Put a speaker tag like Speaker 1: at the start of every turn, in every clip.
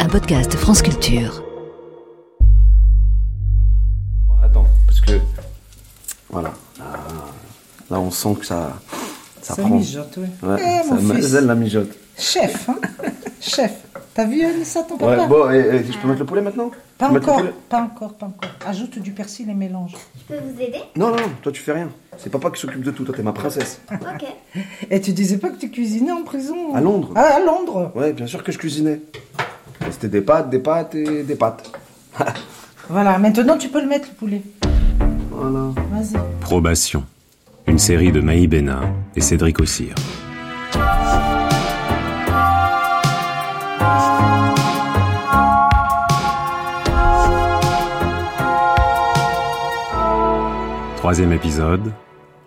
Speaker 1: Un podcast France Culture.
Speaker 2: Attends, parce que. Voilà. Ah, Là, on sent que ça. Ça,
Speaker 3: Ça
Speaker 2: prend.
Speaker 3: mijote, oui.
Speaker 2: Ouais,
Speaker 3: Eh,
Speaker 2: ça
Speaker 3: mon fils.
Speaker 2: mazel la mijote.
Speaker 3: Chef, hein Chef. T'as vu Anissa, ton
Speaker 2: Ouais,
Speaker 3: papa
Speaker 2: bon, euh, et, et je peux mettre le poulet maintenant
Speaker 3: Pas
Speaker 2: Je peux mettre le
Speaker 3: encore,
Speaker 2: poulet
Speaker 3: pas encore, pas encore. Ajoute du persil et mélange.
Speaker 4: Je peux vous aider
Speaker 2: Non, non, non, toi, tu fais rien. C'est papa qui s'occupe de tout. Toi, t'es ma princesse.
Speaker 4: Ok.
Speaker 3: Et tu disais pas que tu cuisinais en prison
Speaker 2: À Londres.
Speaker 3: Ah, à Londres
Speaker 2: Ouais, bien sûr que je cuisinais. Et C'était des pâtes, des pâtes et des pâtes.
Speaker 3: Voilà, maintenant tu peux le mettre, le poulet.
Speaker 2: Voilà.
Speaker 3: Vas-y.
Speaker 5: Probation. Une série de Maï Bénin et Cédric Ossire. Troisième épisode,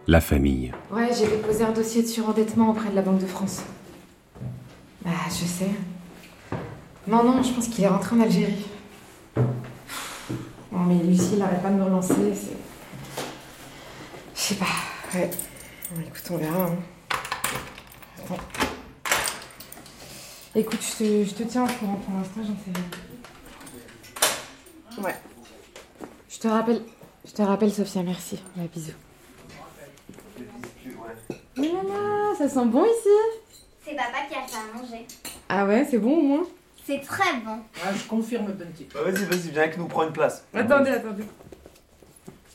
Speaker 5: la famille.
Speaker 6: Ouais, j'ai déposé un dossier de surendettement auprès de la Banque de France. Bah, je sais. Non, non, je pense qu'il est rentré en Algérie. Non, mais Lucie, il arrête pas de me relancer. c'est- Je sais pas. Ouais. Bon, écoute, on verra. hein. Attends. Écoute, je te, je te tiens au courant pour l'instant, j'en sais rien. Ouais. Je te rappelle, je te rappelle, Sophia, merci. Ouais, bisous. Oh là là, ça sent bon ici
Speaker 4: C'est papa qui a fait à manger.
Speaker 6: Ah ouais, c'est bon au moins
Speaker 4: C'est très bon.
Speaker 3: Ah, je confirme, Bunty.
Speaker 2: Bah, vas-y, vas-y, viens avec nous, prends une place.
Speaker 6: Attendez, attendez.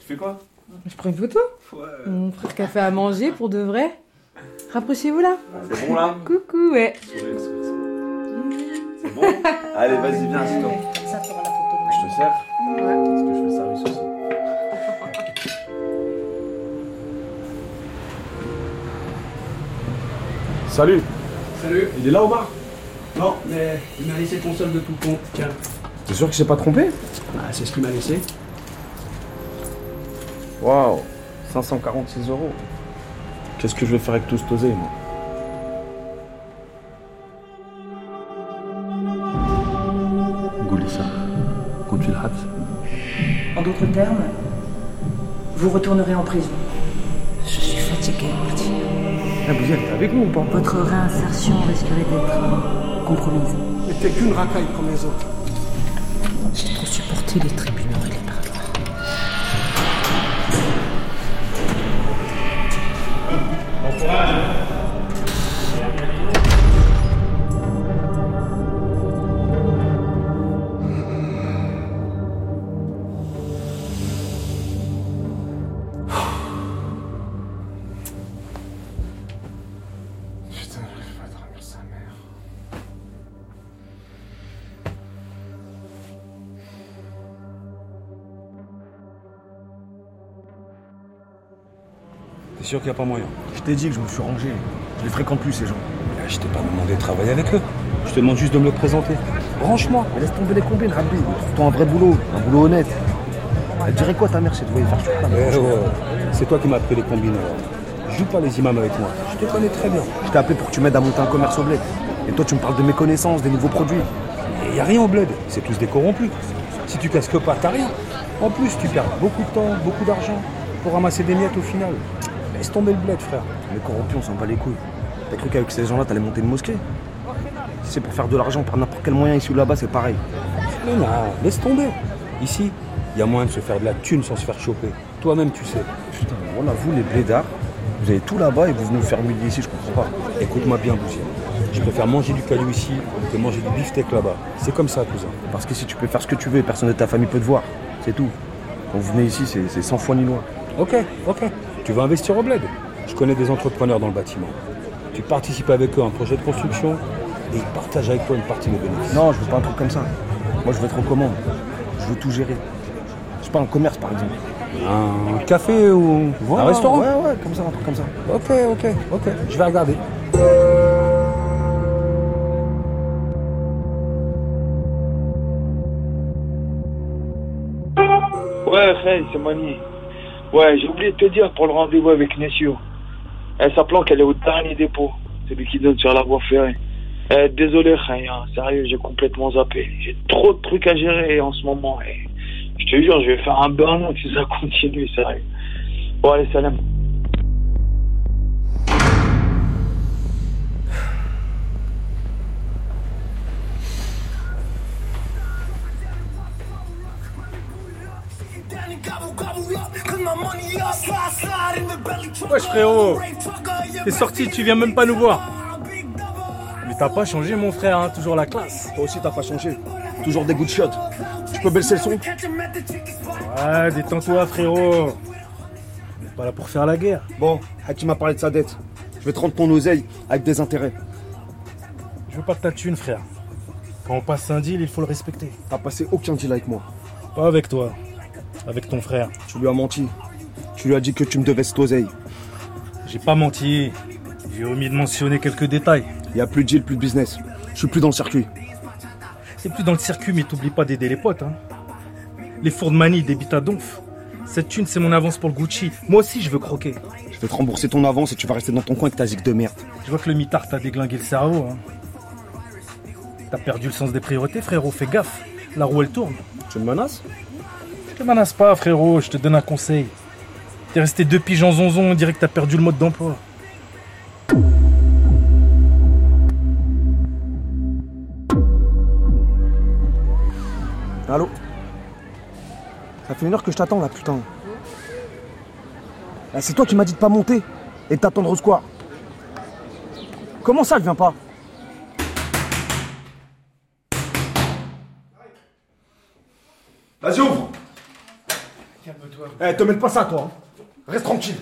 Speaker 2: Tu fais quoi
Speaker 6: Je prends une photo Mon frère café à manger pour de vrai. Rapprochez-vous là.
Speaker 2: C'est bon, là
Speaker 6: Coucou, ouais.
Speaker 2: C'est bon Allez, vas-y, viens, c'est toi.
Speaker 3: Ça fera la photo.
Speaker 2: Je te sers Est-ce que je fais service aussi
Speaker 7: Salut
Speaker 8: Salut
Speaker 7: Il est là Omar
Speaker 8: Non, mais il m'a laissé ton solde de tout compte, tiens.
Speaker 7: T'es sûr que je t'ai pas trompé
Speaker 2: Bah,
Speaker 8: Ah, c'est ce qu'il m'a laissé.
Speaker 2: Waouh 546 euros. Qu'est-ce que je vais faire avec tout cet osé, moi Goulissa,
Speaker 9: En d'autres termes, vous retournerez en prison. Je suis fatiguée, Martine.
Speaker 7: Ah, Bouziel, t'es avec nous ou pas
Speaker 9: Votre réinsertion risquerait d'être euh, compromise.
Speaker 8: Mais t'es qu'une racaille comme les autres.
Speaker 9: J'ai trop supporté les tribunaux et les parloirs.
Speaker 7: Putain, j'arrive pas à dormir sa mère.
Speaker 10: T'es sûr qu'il n'y a pas moyen
Speaker 7: Je t'ai dit que je me suis rangé. Je les fréquente plus ces gens.
Speaker 10: Là, Je t'ai pas demandé de travailler avec eux. Je te demande juste de me le présenter.
Speaker 7: Branche-moi, mais laisse tomber les combines, Rabbi. Trouve-toi un vrai boulot, un boulot honnête. Elle dirait quoi ta mère si elle te voyait faire tout ça
Speaker 10: Eh ouais, C'est toi qui m'as appris les combines. alors. Joue pas les imams avec moi. Je te connais très bien.
Speaker 7: Je t'ai appelé pour que tu m'aides à monter un commerce au bled. Et toi tu me parles de mes connaissances, des nouveaux produits.
Speaker 10: Il n'y a rien au bled. C'est tous des corrompus. Si tu casques pas, t'as rien. En plus, tu perds beaucoup de temps, beaucoup d'argent pour ramasser des miettes au final. Laisse tomber le bled, frère.
Speaker 7: Les corrompus, on s'en bat les couilles. T'as cru qu'avec ces gens-là, t'allais monter une mosquée Si c'est pour faire de l'argent par n'importe quel moyen ici ou là-bas, c'est pareil.
Speaker 10: Mais non, laisse tomber. Ici, il y a moyen de se faire de la thune sans se faire choper. Toi-même, tu sais.
Speaker 7: Putain, voilà, vous les blédards, vous avez tout là-bas et vous venez vous faire humilier ici, je comprends pas.
Speaker 10: Écoute-moi bien, Bouziel. Je préfère manger du calou ici que manger du beefsteak là-bas. C'est comme ça, cousin.
Speaker 7: Parce que si tu peux faire ce que tu veux, personne de ta famille peut te voir. C'est tout. Quand vous venez ici, c'est c'est 100 fois ni loin.
Speaker 10: Ok, ok. Tu vas investir au bled. Je connais des entrepreneurs dans le bâtiment. Tu participes avec eux à un projet de construction et ils partagent avec toi une partie des bénéfices.
Speaker 7: Non, je veux pas un truc comme ça. Moi, je veux être aux commandes. Je veux tout gérer. Je parle en commerce, par exemple.
Speaker 10: Un café ou Ah. un restaurant
Speaker 7: Ouais, ouais, comme ça, un truc comme ça.
Speaker 10: Ok, ok, ok. Je vais regarder.
Speaker 11: Ouais, Faye, c'est Mani. Ouais, j'ai oublié de te dire pour le rendez-vous avec Nessio. Elle s'apprend qu'elle est au dernier dépôt, celui qui donne sur la voie ferrée. Eh, désolé, Faye, hein, sérieux, j'ai complètement zappé. J'ai trop de trucs à gérer en ce moment. Et je te jure, je vais faire un burn-out si ça continue, sérieux. Bon, allez, salam.
Speaker 12: Wesh frérot T'es sorti, tu viens même pas nous voir
Speaker 10: Mais t'as pas changé, mon frère, hein, toujours la classe.
Speaker 2: Toi aussi, t'as pas changé. Toujours des goûts de shot. Je peux baisser le son
Speaker 10: Ouais, détends-toi, frérot. On est pas là pour faire la guerre.
Speaker 2: Bon, Hakim Ah, m'a parlé de sa dette. Je vais te rendre ton oseille avec des intérêts.
Speaker 10: Je veux pas de ta thune, frère. Quand on passe un deal, il faut le respecter.
Speaker 2: T'as passé aucun deal avec moi.
Speaker 10: Pas avec toi. Avec ton frère.
Speaker 2: Tu lui as menti. Tu lui as dit que tu me devais cette oseille.
Speaker 10: J'ai pas menti. J'ai omis de mentionner quelques détails.
Speaker 2: Il a plus de deal, plus de business. Je suis plus dans le circuit.
Speaker 10: T'es plus dans le circuit, mais t'oublies pas d'aider les potes. Hein. Les fours de manie débitent à donf. Cette thune, c'est mon avance pour le Gucci. Moi aussi, je veux croquer.
Speaker 2: Je vais te rembourser ton avance et tu vas rester dans ton coin avec ta zique de merde.
Speaker 10: Je vois que le mitard t'a déglingué le cerveau. Hein. T'as perdu le sens des priorités, frérot. Fais gaffe. La roue, elle tourne.
Speaker 2: Tu me menaces
Speaker 10: Je te menace pas, frérot. Je te donne un conseil. T'es resté deux piges en zonzon. On dirait que t'as perdu le mode d'emploi.
Speaker 2: Allô Ça fait une heure que je t'attends là, putain. Là, Ah, c'est toi qui m'as dit de pas monter et de t'attendre au square. Comment ça, je viens pas Vas-y, ouvre
Speaker 13: Calme-toi.
Speaker 2: Eh, te mène pas ça, toi. hein. Reste tranquille.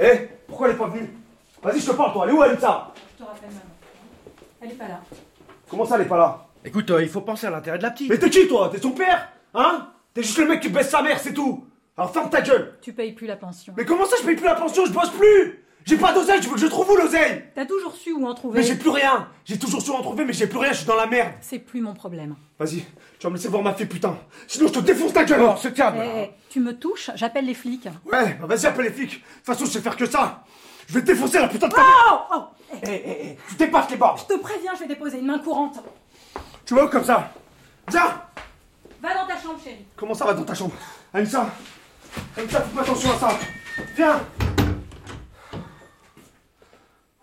Speaker 2: Eh, pourquoi elle est pas venue Vas-y, je te parle, toi. Elle est où, Alita
Speaker 14: Je te rappelle maintenant.
Speaker 15: hein.
Speaker 14: Elle est pas là.
Speaker 2: Comment ça, elle est pas là
Speaker 16: Écoute,
Speaker 17: euh,
Speaker 16: il faut penser à l'intérêt de la petite.
Speaker 2: Mais t'es qui, toi T'es son père Hein T'es juste le mec qui baisse sa mère, c'est tout. Alors ferme ta gueule.
Speaker 15: Tu payes plus la pension.
Speaker 2: Mais comment ça, je paye plus la pension Je bosse plus J'ai pas d'oseille, tu veux que je trouve où l'oseille
Speaker 15: T'as toujours su où en trouver.
Speaker 2: Mais j'ai plus rien J'ai toujours su en trouver, mais j'ai plus rien, je suis dans la merde
Speaker 15: C'est plus mon problème.
Speaker 2: Vas-y, tu vas me laisser voir ma fille, putain Sinon, je te défonce ta gueule
Speaker 16: Alors, se calme
Speaker 15: Eh, eh, tu me touches, j'appelle les flics.
Speaker 2: Ouais, bah vas-y, appelle les flics. De toute façon, je sais faire que ça. Je vais te défoncer la putain de ta
Speaker 15: Oh Oh
Speaker 2: Eh, eh, eh, tu dépasses les bords.
Speaker 15: Je te préviens, je vais déposer une main courante.
Speaker 2: Tu vas où comme ça Viens
Speaker 15: Va dans ta chambre, chérie.
Speaker 2: Comment ça va dans ta chambre Anissa Anissa, fais pas attention à ça Viens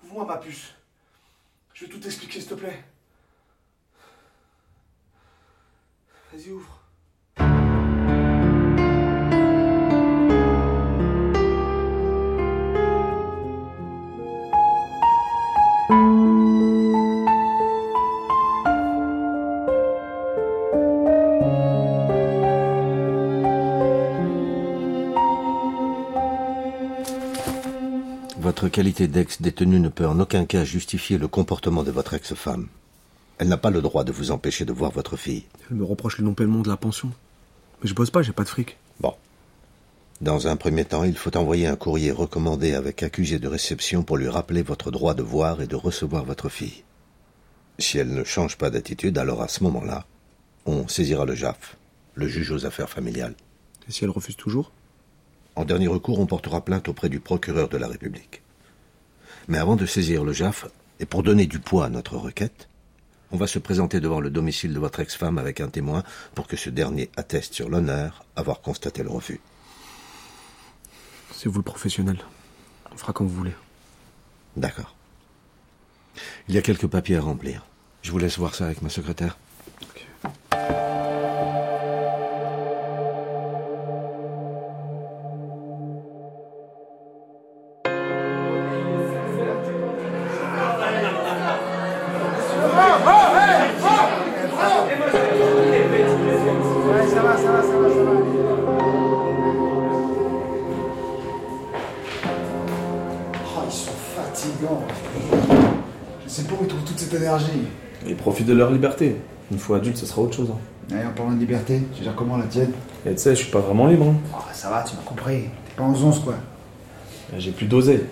Speaker 2: Ouvre-moi ma puce. Je vais tout t'expliquer, s'il te plaît. Vas-y, ouvre.
Speaker 18: Votre qualité d'ex-détenu ne peut en aucun cas justifier le comportement de votre ex-femme. Elle n'a pas le droit de vous empêcher de voir votre fille.
Speaker 2: Elle me reproche le non-paiement de la pension. Mais je bosse pas, j'ai pas de fric.
Speaker 18: Bon. Dans un premier temps, il faut envoyer un courrier recommandé avec accusé de réception pour lui rappeler votre droit de voir et de recevoir votre fille. Si elle ne change pas d'attitude, alors à ce moment-là, on saisira le JAF, le juge aux affaires familiales.
Speaker 2: Et si elle refuse toujours
Speaker 18: En dernier recours, on portera plainte auprès du procureur de la République. Mais avant de saisir le JAF, et pour donner du poids à notre requête, on va se présenter devant le domicile de votre ex-femme avec un témoin pour que ce dernier atteste sur l'honneur avoir constaté le refus.
Speaker 2: C'est vous le professionnel. On fera comme vous voulez.
Speaker 18: D'accord. Il y a quelques papiers à remplir. Je vous laisse voir ça avec ma secrétaire.
Speaker 7: Ah,
Speaker 19: Oh, ils sont fatigants. Je sais pas où ils trouvent toute cette énergie.
Speaker 20: Ils profitent de leur liberté. Une fois adulte, ce sera autre chose. hein.
Speaker 19: Allez, en parlant de liberté, tu gères comment la tienne
Speaker 20: Et tu sais, je suis pas vraiment libre. hein.
Speaker 19: Ah, Ça va, tu m'as compris. T'es pas en 11 quoi.
Speaker 20: J'ai plus d'oseille.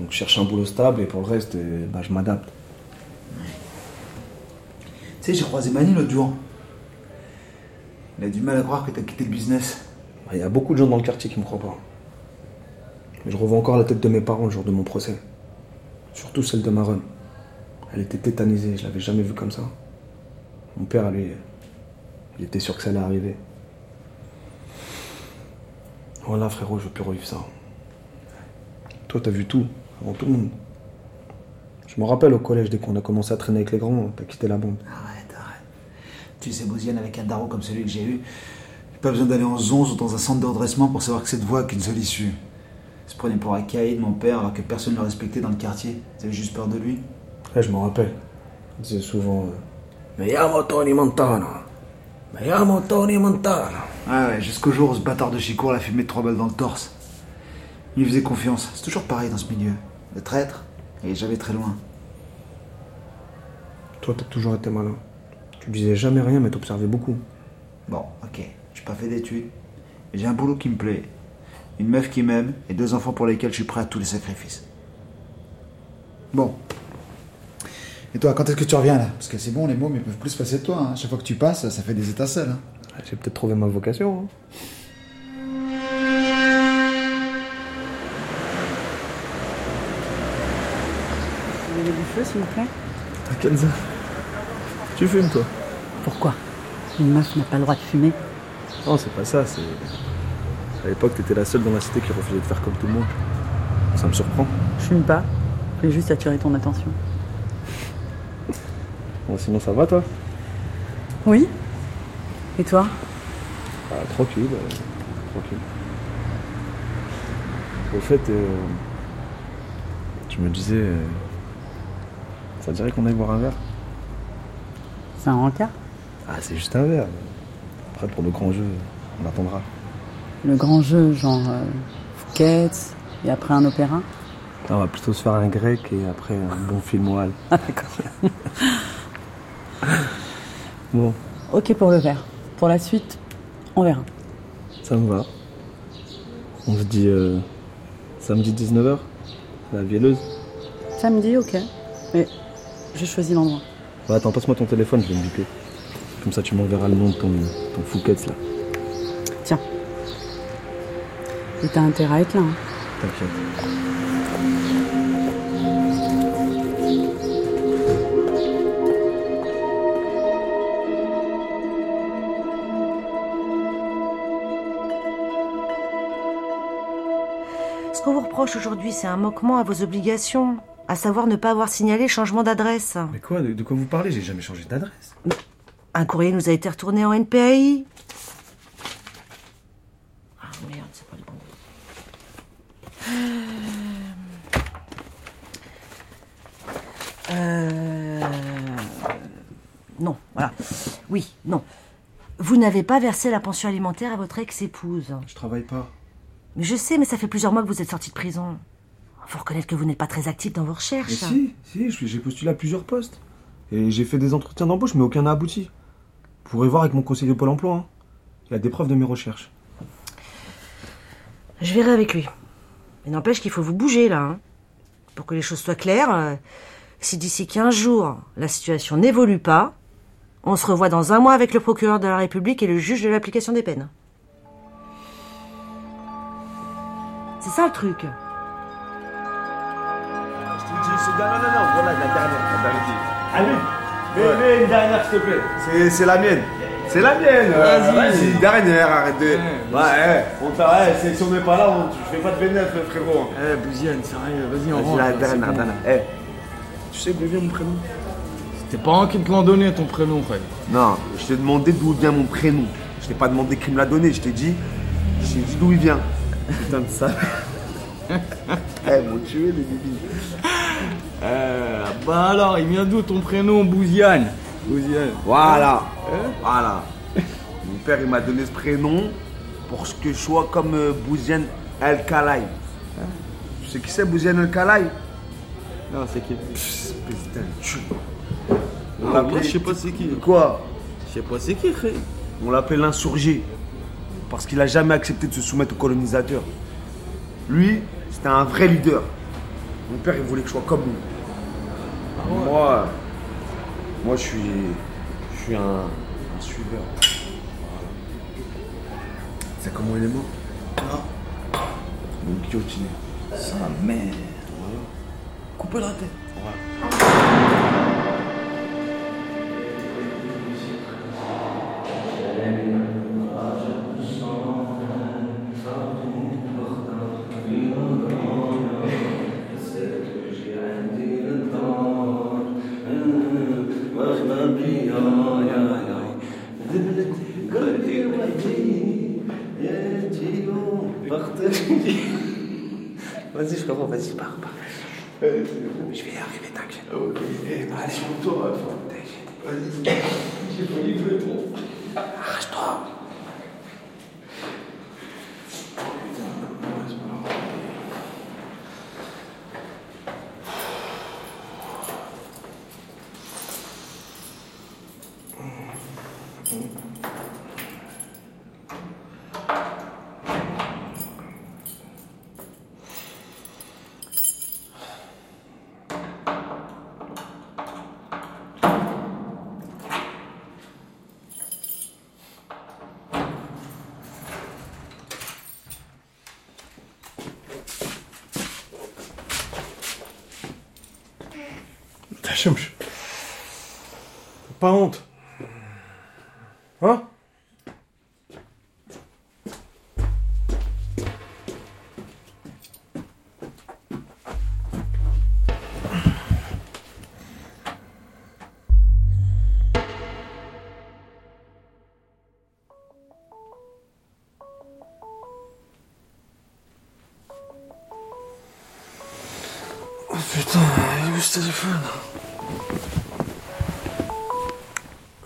Speaker 20: Donc je cherche un boulot stable et pour le reste, euh, bah, je m'adapte.
Speaker 19: Tu sais, j'ai croisé Mani l'autre jour. Il a du mal à croire que t'as quitté le business.
Speaker 20: Il y a beaucoup de gens dans le quartier qui me croient pas. Mais je revois encore la tête de mes parents le jour de mon procès. Surtout celle de ma reine. Elle était tétanisée, je l'avais jamais vue comme ça. Mon père, lui, il était sûr que ça allait arriver. Voilà, frérot, je veux plus revivre ça. Toi, t'as vu tout, avant tout le monde. Je me rappelle au collège, dès qu'on a commencé à traîner avec les grands, t'as quitté la bande.
Speaker 19: Tu sais, Bouziane, avec un daron comme celui que j'ai eu,
Speaker 21: Pas besoin d'aller en zonze ou dans un centre de redressement pour savoir que cette voie a qu'une seule issue. Ils se prenaient pour un caïd, mon père, alors que personne ne le respectait dans le quartier. Ils avaient juste peur de lui.
Speaker 2: Ouais, je m'en rappelle. Il disait souvent euh, Mais Tony Montana Mais Tony Montana
Speaker 21: Ah ouais, jusqu'au jour où ce bâtard de Chicourt l'a fumé de trois balles dans le torse. Il lui faisait confiance. C'est toujours pareil dans ce milieu. Le traître, il est jamais très loin.
Speaker 2: Toi, t'as toujours été malin. Tu disais jamais rien, mais t'observais beaucoup.
Speaker 21: Bon, ok, j'ai pas fait d'études. mais J'ai un boulot qui me plaît. Une meuf qui m'aime et deux enfants pour lesquels je suis prêt à tous les sacrifices. Bon. Et toi, quand est-ce que tu reviens là Parce que c'est bon, les mômes, ils peuvent plus se passer de toi. hein. Chaque fois que tu passes, ça fait des étincelles. hein.
Speaker 2: J'ai peut-être trouvé ma vocation. hein.
Speaker 19: Vous avez du feu, s'il vous plaît
Speaker 2: Kenza, tu fumes toi
Speaker 19: Pourquoi Une meuf n'a pas le droit de fumer.
Speaker 2: Non, c'est pas ça, c'est. À l'époque, t'étais la seule dans la cité qui refusait de faire comme tout le monde. Ça me surprend.
Speaker 19: Je fume pas. Je voulais juste attirer ton attention.
Speaker 2: Bon, sinon, ça va toi
Speaker 19: Oui Et toi
Speaker 2: Ah, Tranquille, euh, tranquille. Au fait, euh, je me disais. euh, ça dirait qu'on aille boire un verre
Speaker 19: C'est un rencard
Speaker 2: Ah, c'est juste un verre. Après, pour le grand jeu, on attendra.
Speaker 19: Le grand jeu, genre euh, Fouquet, et après un opéra
Speaker 2: on va plutôt se faire un grec et après un bon film wall.
Speaker 19: Ah, d'accord.
Speaker 2: Bon,
Speaker 19: Ok pour le verre. Pour la suite, on verra.
Speaker 2: ça me va. On se dit euh, samedi 19h, la vielleuse.
Speaker 19: Samedi, ok. Mais j'ai choisi l'endroit.
Speaker 2: Ouais, attends, passe-moi ton téléphone, je vais me biper. Comme ça, tu m'enverras le nom de ton, ton Fouquet là.
Speaker 19: Tiens. Et t'as intérêt à être là. hein.
Speaker 2: T'inquiète.
Speaker 22: Ce qu'on vous reproche aujourd'hui, c'est un manquement à vos obligations, à savoir ne pas avoir signalé changement d'adresse.
Speaker 17: Mais quoi de, de quoi vous parlez J'ai jamais changé d'adresse.
Speaker 22: Un courrier nous a été retourné en NPAI. Ah merde, c'est pas le bon. Euh... Non, voilà. Oui, non. Vous n'avez pas versé la pension alimentaire à votre ex-épouse.
Speaker 21: Je travaille pas.
Speaker 22: Mais je sais, mais ça fait plusieurs mois que vous êtes sorti de prison. Faut reconnaître que vous n'êtes pas très actif dans vos recherches.
Speaker 2: Mais si, si, je suis- j'ai postulé à plusieurs postes. Et j'ai fait des entretiens d'embauche, mais aucun n'a abouti. Vous pourrez voir avec mon conseiller Pôle emploi. hein. Il a des preuves de mes recherches.
Speaker 22: Je verrai avec lui. Mais n'empêche qu'il faut vous bouger là. hein. Pour que les choses soient claires, euh, si d'ici 15 jours la situation n'évolue pas, on se revoit dans un mois avec le procureur de la République et le juge de l'application des peines. C'est ça le truc.
Speaker 17: Ah Mets- mets une dernière, s'il te plaît.
Speaker 21: C'est, c'est la mienne. C'est la mienne. euh,
Speaker 17: Vas-y.
Speaker 21: vas-y, dernière, arrête de. Ouais, ouais.
Speaker 17: On t'a, ouais, c'est- si on n'est pas là, on, je fais pas de bénéf, frérot.
Speaker 21: Eh, Bouziane, sérieux,
Speaker 17: vas-y,
Speaker 21: on rentre,
Speaker 17: la
Speaker 21: c'est
Speaker 17: dernière,
Speaker 21: bon.
Speaker 17: dernière. Eh, tu sais d'où vient mon prénom C'était pas un qui te l'ont donné, ton prénom, frère.
Speaker 7: Non, je t'ai demandé d'où vient mon prénom. Je t'ai pas demandé qui me l'a donné, je t'ai dit. Je t'ai dit d'où il vient. Putain de ça.
Speaker 17: Eh, mon dieu, les débiles. Euh, bah alors, il vient d'où ton prénom, Bouziane Bouziane. Hein
Speaker 7: Voilà. Voilà. Mon père, il m'a donné ce prénom pour que je sois comme euh, Bouziane El Kalaï. Tu sais qui c'est Bouziane El Kalaï
Speaker 17: Non, c'est qui
Speaker 7: Espèce d'un tue.
Speaker 17: Ah,
Speaker 7: On l'appelait-
Speaker 17: moi, je sais pas c'est qui.
Speaker 7: Quoi
Speaker 17: Je sais pas c'est qui, frère.
Speaker 7: On l'appelait l'insurgé parce qu'il a jamais accepté de se soumettre aux colonisateurs. Lui, c'était un vrai leader. Mon père, il voulait que je sois comme lui. Moi, moi, je suis, je suis un, un suiveur. C'est comment il est mort Donc guillotiné.
Speaker 21: Sa mère. Coupe la tête.
Speaker 23: قلبي وحدي
Speaker 24: partout. Vas-y, je comprends, vas-y, pars, pars. Je vais y arriver, t'inquiète. Ok, allez, sur toi, Vas-y, j'ai pris le tronc. Arrache-toi.
Speaker 2: T'as pas honte Hein Oh Putain, il est où ce téléphone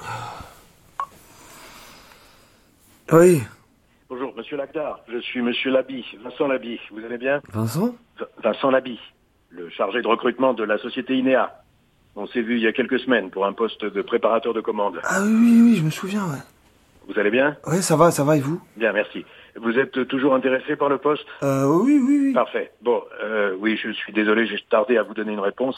Speaker 2: Ah. Oui.
Speaker 25: Bonjour, monsieur Lactar. Je suis monsieur Labi, Vincent Labi. Vous allez bien
Speaker 2: Vincent
Speaker 25: V- Vincent Labi, le chargé de recrutement de la société INEA. On s'est vu il y a quelques semaines pour un poste de préparateur de commandes.
Speaker 2: Ah oui, oui, oui, je me souviens, ouais.
Speaker 25: Vous allez bien
Speaker 2: Ouais, ça va, ça va, et vous
Speaker 25: Bien, merci. Vous êtes toujours intéressé par le poste
Speaker 2: Euh, oui, oui, oui.
Speaker 25: Parfait. Bon, euh, oui, je suis désolé, j'ai tardé à vous donner une réponse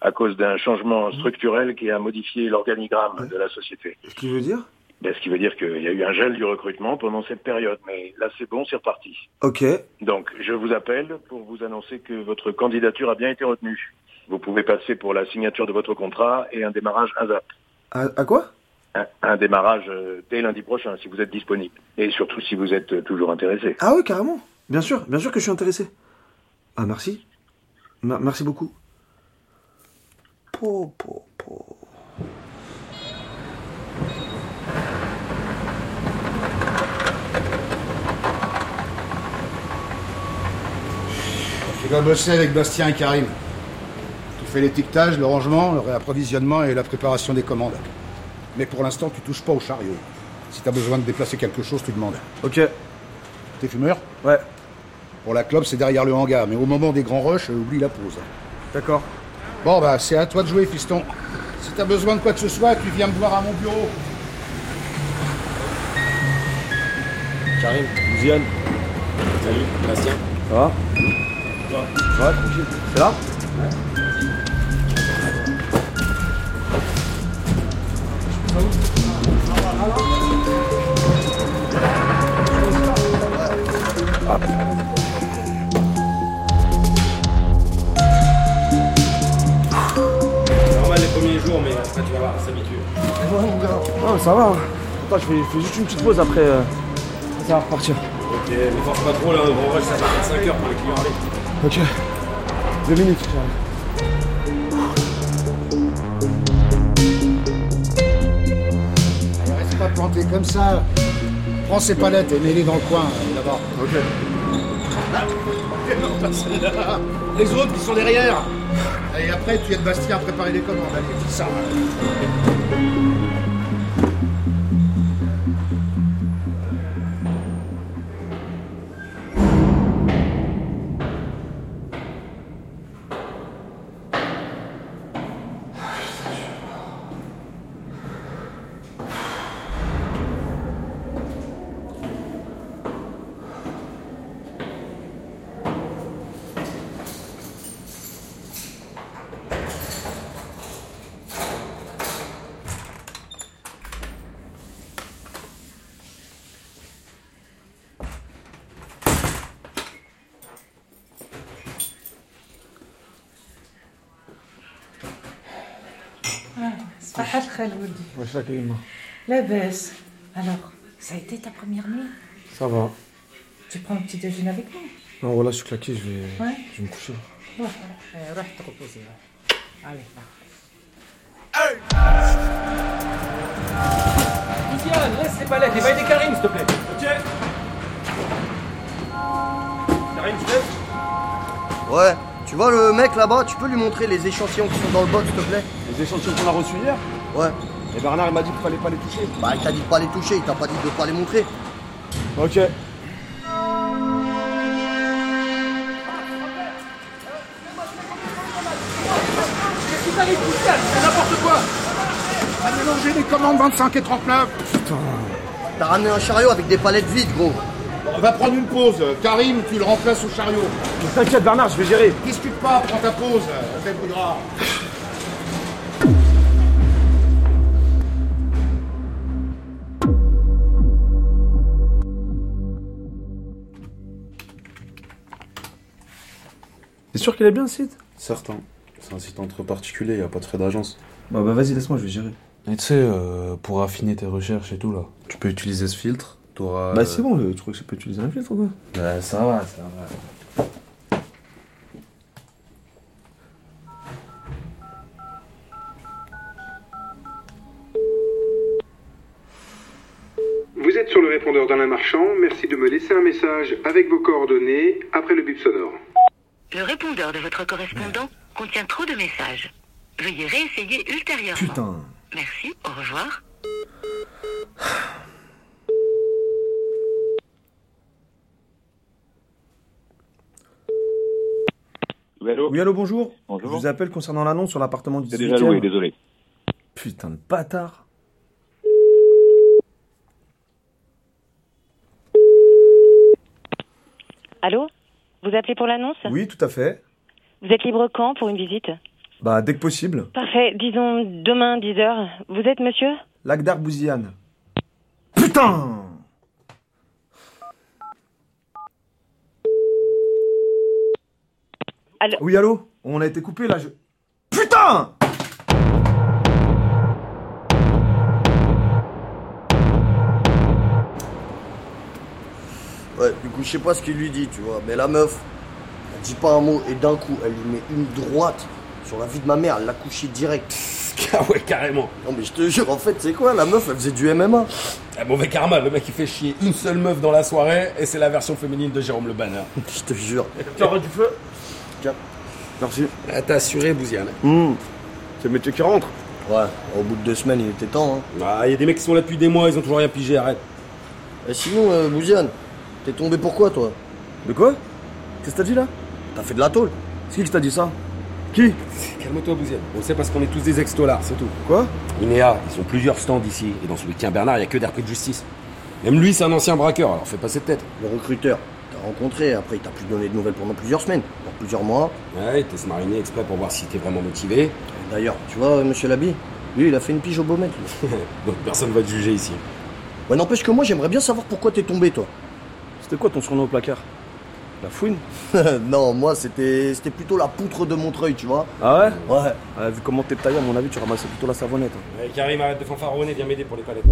Speaker 25: à cause d'un changement structurel qui a modifié l'organigramme de la société.
Speaker 2: Ce qui veut dire
Speaker 25: Ben, ce qui veut dire qu'il y a eu un gel du recrutement pendant cette période. Mais là, c'est bon, c'est reparti.
Speaker 2: Ok.
Speaker 25: Donc, je vous appelle pour vous annoncer que votre candidature a bien été retenue. Vous pouvez passer pour la signature de votre contrat et un démarrage ASAP.
Speaker 2: À, à quoi
Speaker 25: Un, un démarrage euh, dès lundi prochain, si vous êtes disponible. Et surtout si vous êtes euh, toujours intéressé.
Speaker 2: Ah oui, carrément. Bien sûr, bien sûr que je suis intéressé. Ah, merci. Ma- merci beaucoup. Po, po, po.
Speaker 26: Tu vas bosser avec Bastien et Karim. Tu fais l'étiquetage, le rangement, le réapprovisionnement et la préparation des commandes. Mais pour l'instant, tu touches pas au chariot. Si t'as besoin de déplacer quelque chose, tu demandes.
Speaker 2: Ok.
Speaker 26: T'es fumeur
Speaker 2: Ouais.
Speaker 26: Pour la clope, c'est derrière le hangar, mais au moment des grands rushs, euh, oublie la pause.
Speaker 2: D'accord.
Speaker 26: Bon, bah, c'est à toi de jouer, fiston. Si t'as besoin de quoi que ce soit, tu viens me voir à mon bureau.
Speaker 10: Karim, Louisiane. Salut, Bastien.
Speaker 2: Ça va
Speaker 10: Toi
Speaker 2: Ouais, tranquille. C'est là
Speaker 10: C'est normal les premiers jours, mais après tu vas voir, s'habituer.
Speaker 2: Ouais, mon gars. Ouais, ça va. hein. Attends, je fais, je fais juste une petite pause après. euh, Ça va repartir.
Speaker 10: Ok, mais force pas trop là, au grand rush ça part à 5 heures pour les clients arrivent.
Speaker 2: Ok. Deux minutes, j'arrive.
Speaker 26: Allez, Reste pas planté comme ça. Prends ces palettes et mets-les dans le coin, euh, là-bas. Ah, Ok. non, pas celle-là. Les autres qui sont derrière. Et après, tu aides Bastien à préparer les commandes. Allez, fais ça.
Speaker 3: Ah, صباح الخير ولدي
Speaker 2: Ouais, ça, Karim.
Speaker 3: لاباس الوغ ça a été ta première nuit
Speaker 2: Ça va.
Speaker 3: Tu prends un petit déjeuner avec nous
Speaker 2: Non, voilà, je suis claqué, je vais,
Speaker 3: Ouais.
Speaker 2: je vais me coucher.
Speaker 3: روح آه، روح te reposer. hein. Allez, va.
Speaker 10: Louisiane, laisse les palettes et va aider Karim s'il te plaît. Ok Ouais. Tu vois le mec là-bas, tu peux lui montrer les échantillons qui sont dans le box, s'il te plaît
Speaker 27: Les échantillons qu'on a reçus hier
Speaker 10: Ouais.
Speaker 27: Et Bernard, il m'a dit qu'il fallait pas les toucher.
Speaker 10: Bah, il t'a dit de pas les toucher, il t'a pas dit de pas les montrer.
Speaker 27: Ok.
Speaker 26: C'est n'importe quoi À mélanger les commandes 25 et 39
Speaker 10: Putain. T'as ramené un chariot avec des palettes vides, gros.
Speaker 26: On va prendre une pause. Karim, tu le remplaces au chariot.
Speaker 27: Mais T'inquiète, Bernard, je vais gérer.
Speaker 26: Discute pas, prends ta pause. Ça débrouillera.
Speaker 2: T'es sûr qu'il est bien ce site
Speaker 28: Certain. C'est un site entre particuliers, y a pas de frais d'agence.
Speaker 2: Bah, bah vas-y, laisse-moi, je vais gérer.
Speaker 28: Et tu sais, euh, pour affiner tes recherches et tout là, tu peux utiliser ce filtre. T'auras.
Speaker 2: Bah c'est bon, euh, tu crois que je peux utiliser un filtre ou quoi
Speaker 28: Ouais, ça va, ça va.
Speaker 29: Vous êtes sur le répondeur d'Alain Marchand. Merci de me laisser un message avec vos coordonnées après le bip sonore.
Speaker 22: Le répondeur de votre correspondant contient trop de messages. Veuillez réessayer ultérieurement.
Speaker 2: Putain.
Speaker 22: Merci, au revoir.
Speaker 12: Oui, allô
Speaker 2: Oui, allô, bonjour.
Speaker 12: Bonjour.
Speaker 2: Je vous appelle concernant l'annonce sur l'appartement du
Speaker 12: C'est déjà loué, désolé.
Speaker 2: Putain de bâtard.
Speaker 3: Allô Vous appelez pour l'annonce
Speaker 2: Oui, tout à fait.
Speaker 3: Vous êtes libre quand pour une visite
Speaker 2: Bah, dès que possible.
Speaker 3: Parfait, disons demain 10h. Vous êtes monsieur
Speaker 2: Lagdar Bouziane. Putain Oui, allô On a été coupé là, je. Putain
Speaker 10: Ouais, du coup, je sais pas ce qu'il lui dit, tu vois. Mais la meuf, elle dit pas un mot et d'un coup, elle lui met une droite sur la vie de ma mère. Elle l'a couché direct.
Speaker 12: Ah ouais, carrément.
Speaker 10: Non, mais je te jure, en fait, c'est quoi La meuf, elle faisait du MMA.
Speaker 12: Ah, mauvais karma, le mec il fait chier une seule meuf dans la soirée et c'est la version féminine de Jérôme Le hein. Banner.
Speaker 10: Je te jure.
Speaker 12: T'auras du feu
Speaker 26: Merci.
Speaker 12: Ah,
Speaker 26: Hmm.
Speaker 12: T'as assuré, Bouziane.
Speaker 26: C'est le métier qui rentre.
Speaker 10: Ouais, au bout de deux semaines, il était temps.
Speaker 12: Hein. Ah, il y a des mecs qui sont là depuis des mois, ils ont toujours rien pigé, arrête.
Speaker 10: Et sinon, euh, Bouziane, t'es tombé pour quoi, toi
Speaker 26: De quoi Qu'est-ce que t'as dit là
Speaker 10: T'as fait de la tôle.
Speaker 26: C'est qui qui t'a dit ça Qui
Speaker 12: Calme-toi, Bouziane. On le sait parce qu'on est tous des ex-tollards, c'est tout.
Speaker 26: Quoi
Speaker 12: Inéa, ils ont plusieurs stands ici et dans celui de Bernard, il y a que des repris de justice. Même lui, c'est un ancien braqueur, alors fais pas cette tête.
Speaker 10: Le recruteur, t'as rencontré, après, il t'a plus donné de nouvelles pendant plusieurs semaines, pendant plusieurs mois.
Speaker 12: Ouais, il t'a se mariner exprès pour voir si t'es vraiment motivé.
Speaker 10: D'ailleurs, tu vois, euh, monsieur Labi, lui, il a fait une pige au beau maître. lui.
Speaker 12: Donc personne va te juger ici.
Speaker 10: ouais, n'empêche que moi, j'aimerais bien savoir pourquoi t'es tombé, toi.
Speaker 26: C'était quoi ton surnom au placard La fouine
Speaker 10: non, moi, c'était c'était plutôt la poutre de Montreuil, tu vois.
Speaker 26: Ah ouais
Speaker 10: Ouais.
Speaker 26: vu comment t'es taillé, à mon avis, tu ramassais plutôt la savonnette. hein.
Speaker 12: Ouais, Karim, arrête de fanfaronner, viens m'aider pour les palettes.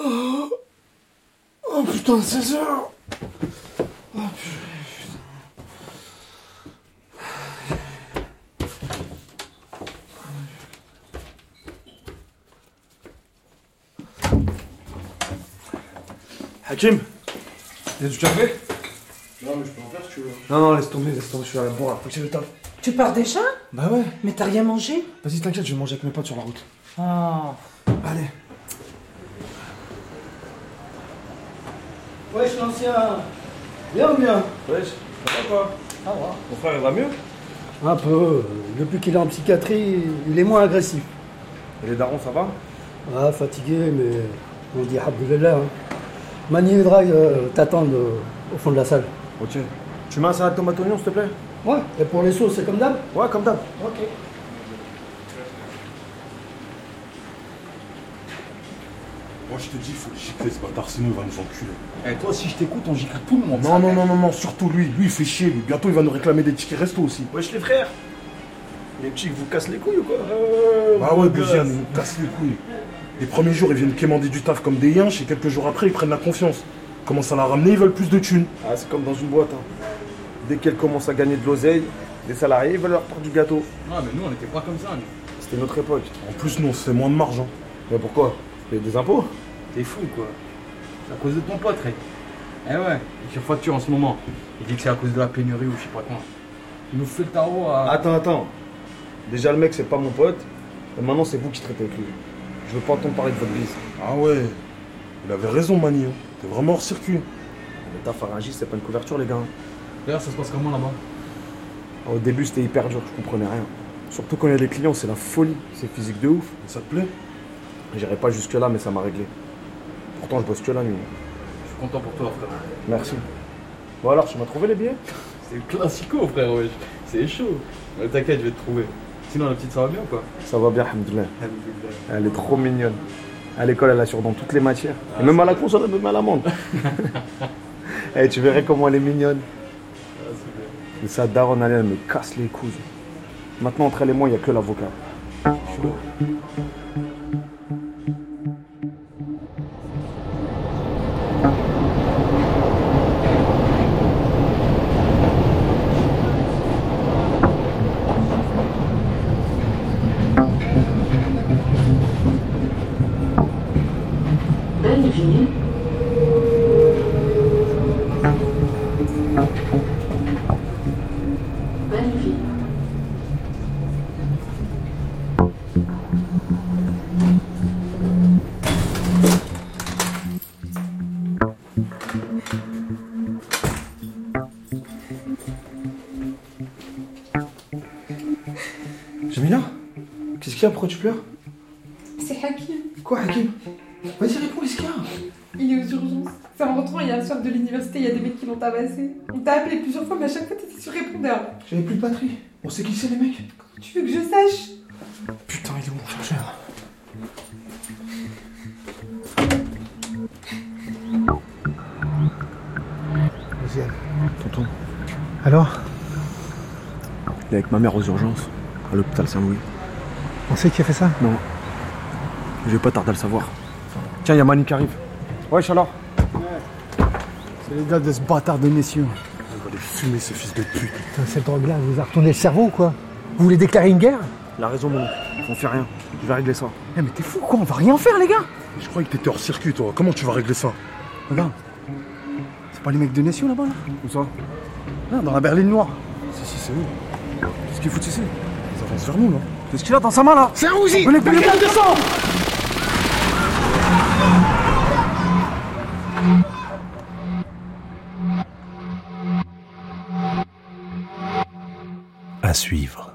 Speaker 12: Oh, putain, 16 heures
Speaker 27: Hakim Y'a du café
Speaker 26: Non, mais je peux en faire si tu veux.
Speaker 27: Non, non, laisse tomber, laisse tomber, je suis à la boire, faut que j'ai le taf.
Speaker 30: Tu pars déjà
Speaker 27: Bah ouais.
Speaker 30: Mais t'as rien mangé
Speaker 27: Vas-y, t'inquiète, je vais manger avec mes potes sur la route.
Speaker 30: Ah.
Speaker 27: Allez.
Speaker 31: Wesh l'ancien Bien ou bien
Speaker 27: Wesh,
Speaker 31: ça va quoi Ça va.
Speaker 27: Mon frère, il va mieux
Speaker 32: Un peu. Depuis qu'il est en psychiatrie, il est moins agressif.
Speaker 27: Et les darons, ça va
Speaker 32: Ah, fatigué, mais on dit Abdullah. Hein. Mani et Drag euh, t'attendent euh, au fond de la salle.
Speaker 27: Ok. Tu mets un salade tomate oignon, s'il te plaît
Speaker 32: Ouais, et pour les sauces, c'est comme d'hab
Speaker 27: Ouais, comme d'hab.
Speaker 32: Ok.
Speaker 10: Moi je te dis, faut le gicler ce bâtard, sinon il va nous enculer. Eh, toi, si je t'écoute, on gicle tout le monde. Non, non, non, non, non, surtout lui. Lui, il fait chier. Lui. Bientôt, il va nous réclamer des tickets resto aussi.
Speaker 2: Wesh les frères Les petits qui vous cassent les couilles ou quoi Euh.
Speaker 10: Bah ouais, Bouziane, ils nous cassent les couilles. Les premiers jours, ils viennent quémander du taf comme des yinches et quelques jours après, ils prennent la confiance. Ils Commencent à la ramener, ils veulent plus de thunes.
Speaker 2: Ah, c'est comme dans une boîte. hein. Dès qu'elle commence à gagner de l'oseille, les salariés veulent leur part du gâteau.
Speaker 10: Ouais, mais nous, on était pas comme ça.
Speaker 2: C'était notre époque.
Speaker 10: En plus, nous, on se fait moins de marge. hein.
Speaker 2: Mais pourquoi Il y a des impôts
Speaker 10: T'es fou, quoi.
Speaker 33: C'est à cause de ton pote, Ray. Eh ouais, il surfacture en ce moment. Il dit que c'est à cause de la pénurie ou je sais pas quoi. Il nous fait le tarot à.
Speaker 2: Attends, attends. Déjà, le mec, c'est pas mon pote. Et maintenant, c'est vous qui traitez avec lui. Je veux pas entendre parler de votre bise.
Speaker 10: Ah ouais Il avait raison, Mani. hein. T'es vraiment hors circuit.
Speaker 2: Le taf à Rungis, c'est pas une couverture, les gars. hein.
Speaker 33: D'ailleurs, ça se passe comment là-bas
Speaker 2: Au début, c'était hyper dur, je comprenais rien. Surtout quand il y a des clients, c'est la folie. C'est physique de ouf.
Speaker 10: Ça te plaît
Speaker 2: J'irai pas jusque-là, mais ça m'a réglé. Pourtant, je bosse que la nuit.
Speaker 33: Je suis content pour toi, frère.
Speaker 2: Merci. Bon, alors, tu m'as trouvé les billets
Speaker 33: C'est le classico, frère, wesh. C'est chaud. Mais T'inquiète, je vais te trouver. Sinon, la petite, ça va bien ou quoi
Speaker 2: Ça va bien, Alhamdoulilah. Elle est trop mignonne. À l'école, elle assure dans toutes les matières. Et même à la console, même à l'amende. Eh, tu verrais comment elle est mignonne. Mais sa daronne, elle, elle me casse les couilles. Maintenant, entre elle et moi, il n'y a que l'avocat.
Speaker 34: Bienvenue.
Speaker 35: Jamila Qu'est-ce qu'il y a Pourquoi tu pleures
Speaker 6: C'est Hakim.
Speaker 35: Quoi, Hakim Vas-y, réponds, qu'est-ce qu'il y a
Speaker 6: Il est aux urgences. C'est un rentrant hier soir de l'université, il y a des mecs qui l'ont tabassé. On t'a appelé plusieurs fois, mais à chaque fois t'étais sur répondeur.
Speaker 35: J'avais plus de batterie. On sait qui c'est, les mecs
Speaker 6: Tu veux que je sache
Speaker 35: Putain, il est où mon chargeur
Speaker 12: Vas-y,
Speaker 35: Tonton,
Speaker 12: Alors,
Speaker 35: il est avec ma mère aux urgences, à l'hôpital Saint-Louis.
Speaker 12: on sait qui a fait ça
Speaker 35: Non. Je vais pas tarder à le savoir. Tiens, il y a Manu qui arrive. Wesh alors
Speaker 12: C'est les gars de ce bâtard de messieurs.
Speaker 10: On va les fumer, ces fils de pute.
Speaker 12: Putain, cette drogue-là, vous a retourné le cerveau ou quoi Vous voulez déclarer une guerre
Speaker 2: La raison, mon oncle. On fait rien. Je vais régler ça.
Speaker 12: Eh, mais t'es fou quoi, on va rien faire, les gars
Speaker 10: Je croyais que t'étais hors circuit, toi. Comment tu vas régler ça
Speaker 12: Regarde. C'est pas les mecs de Nessio là-bas là
Speaker 2: Où ça
Speaker 12: Là, dans la berline noire.
Speaker 10: Si, si, c'est où Qu'est-ce qu'ils foutent ici Ils avancent vers nous, là.
Speaker 12: Qu'est-ce qu'il a dans sa main là C'est un Uzi Venez, venez, venez, descend
Speaker 36: À suivre.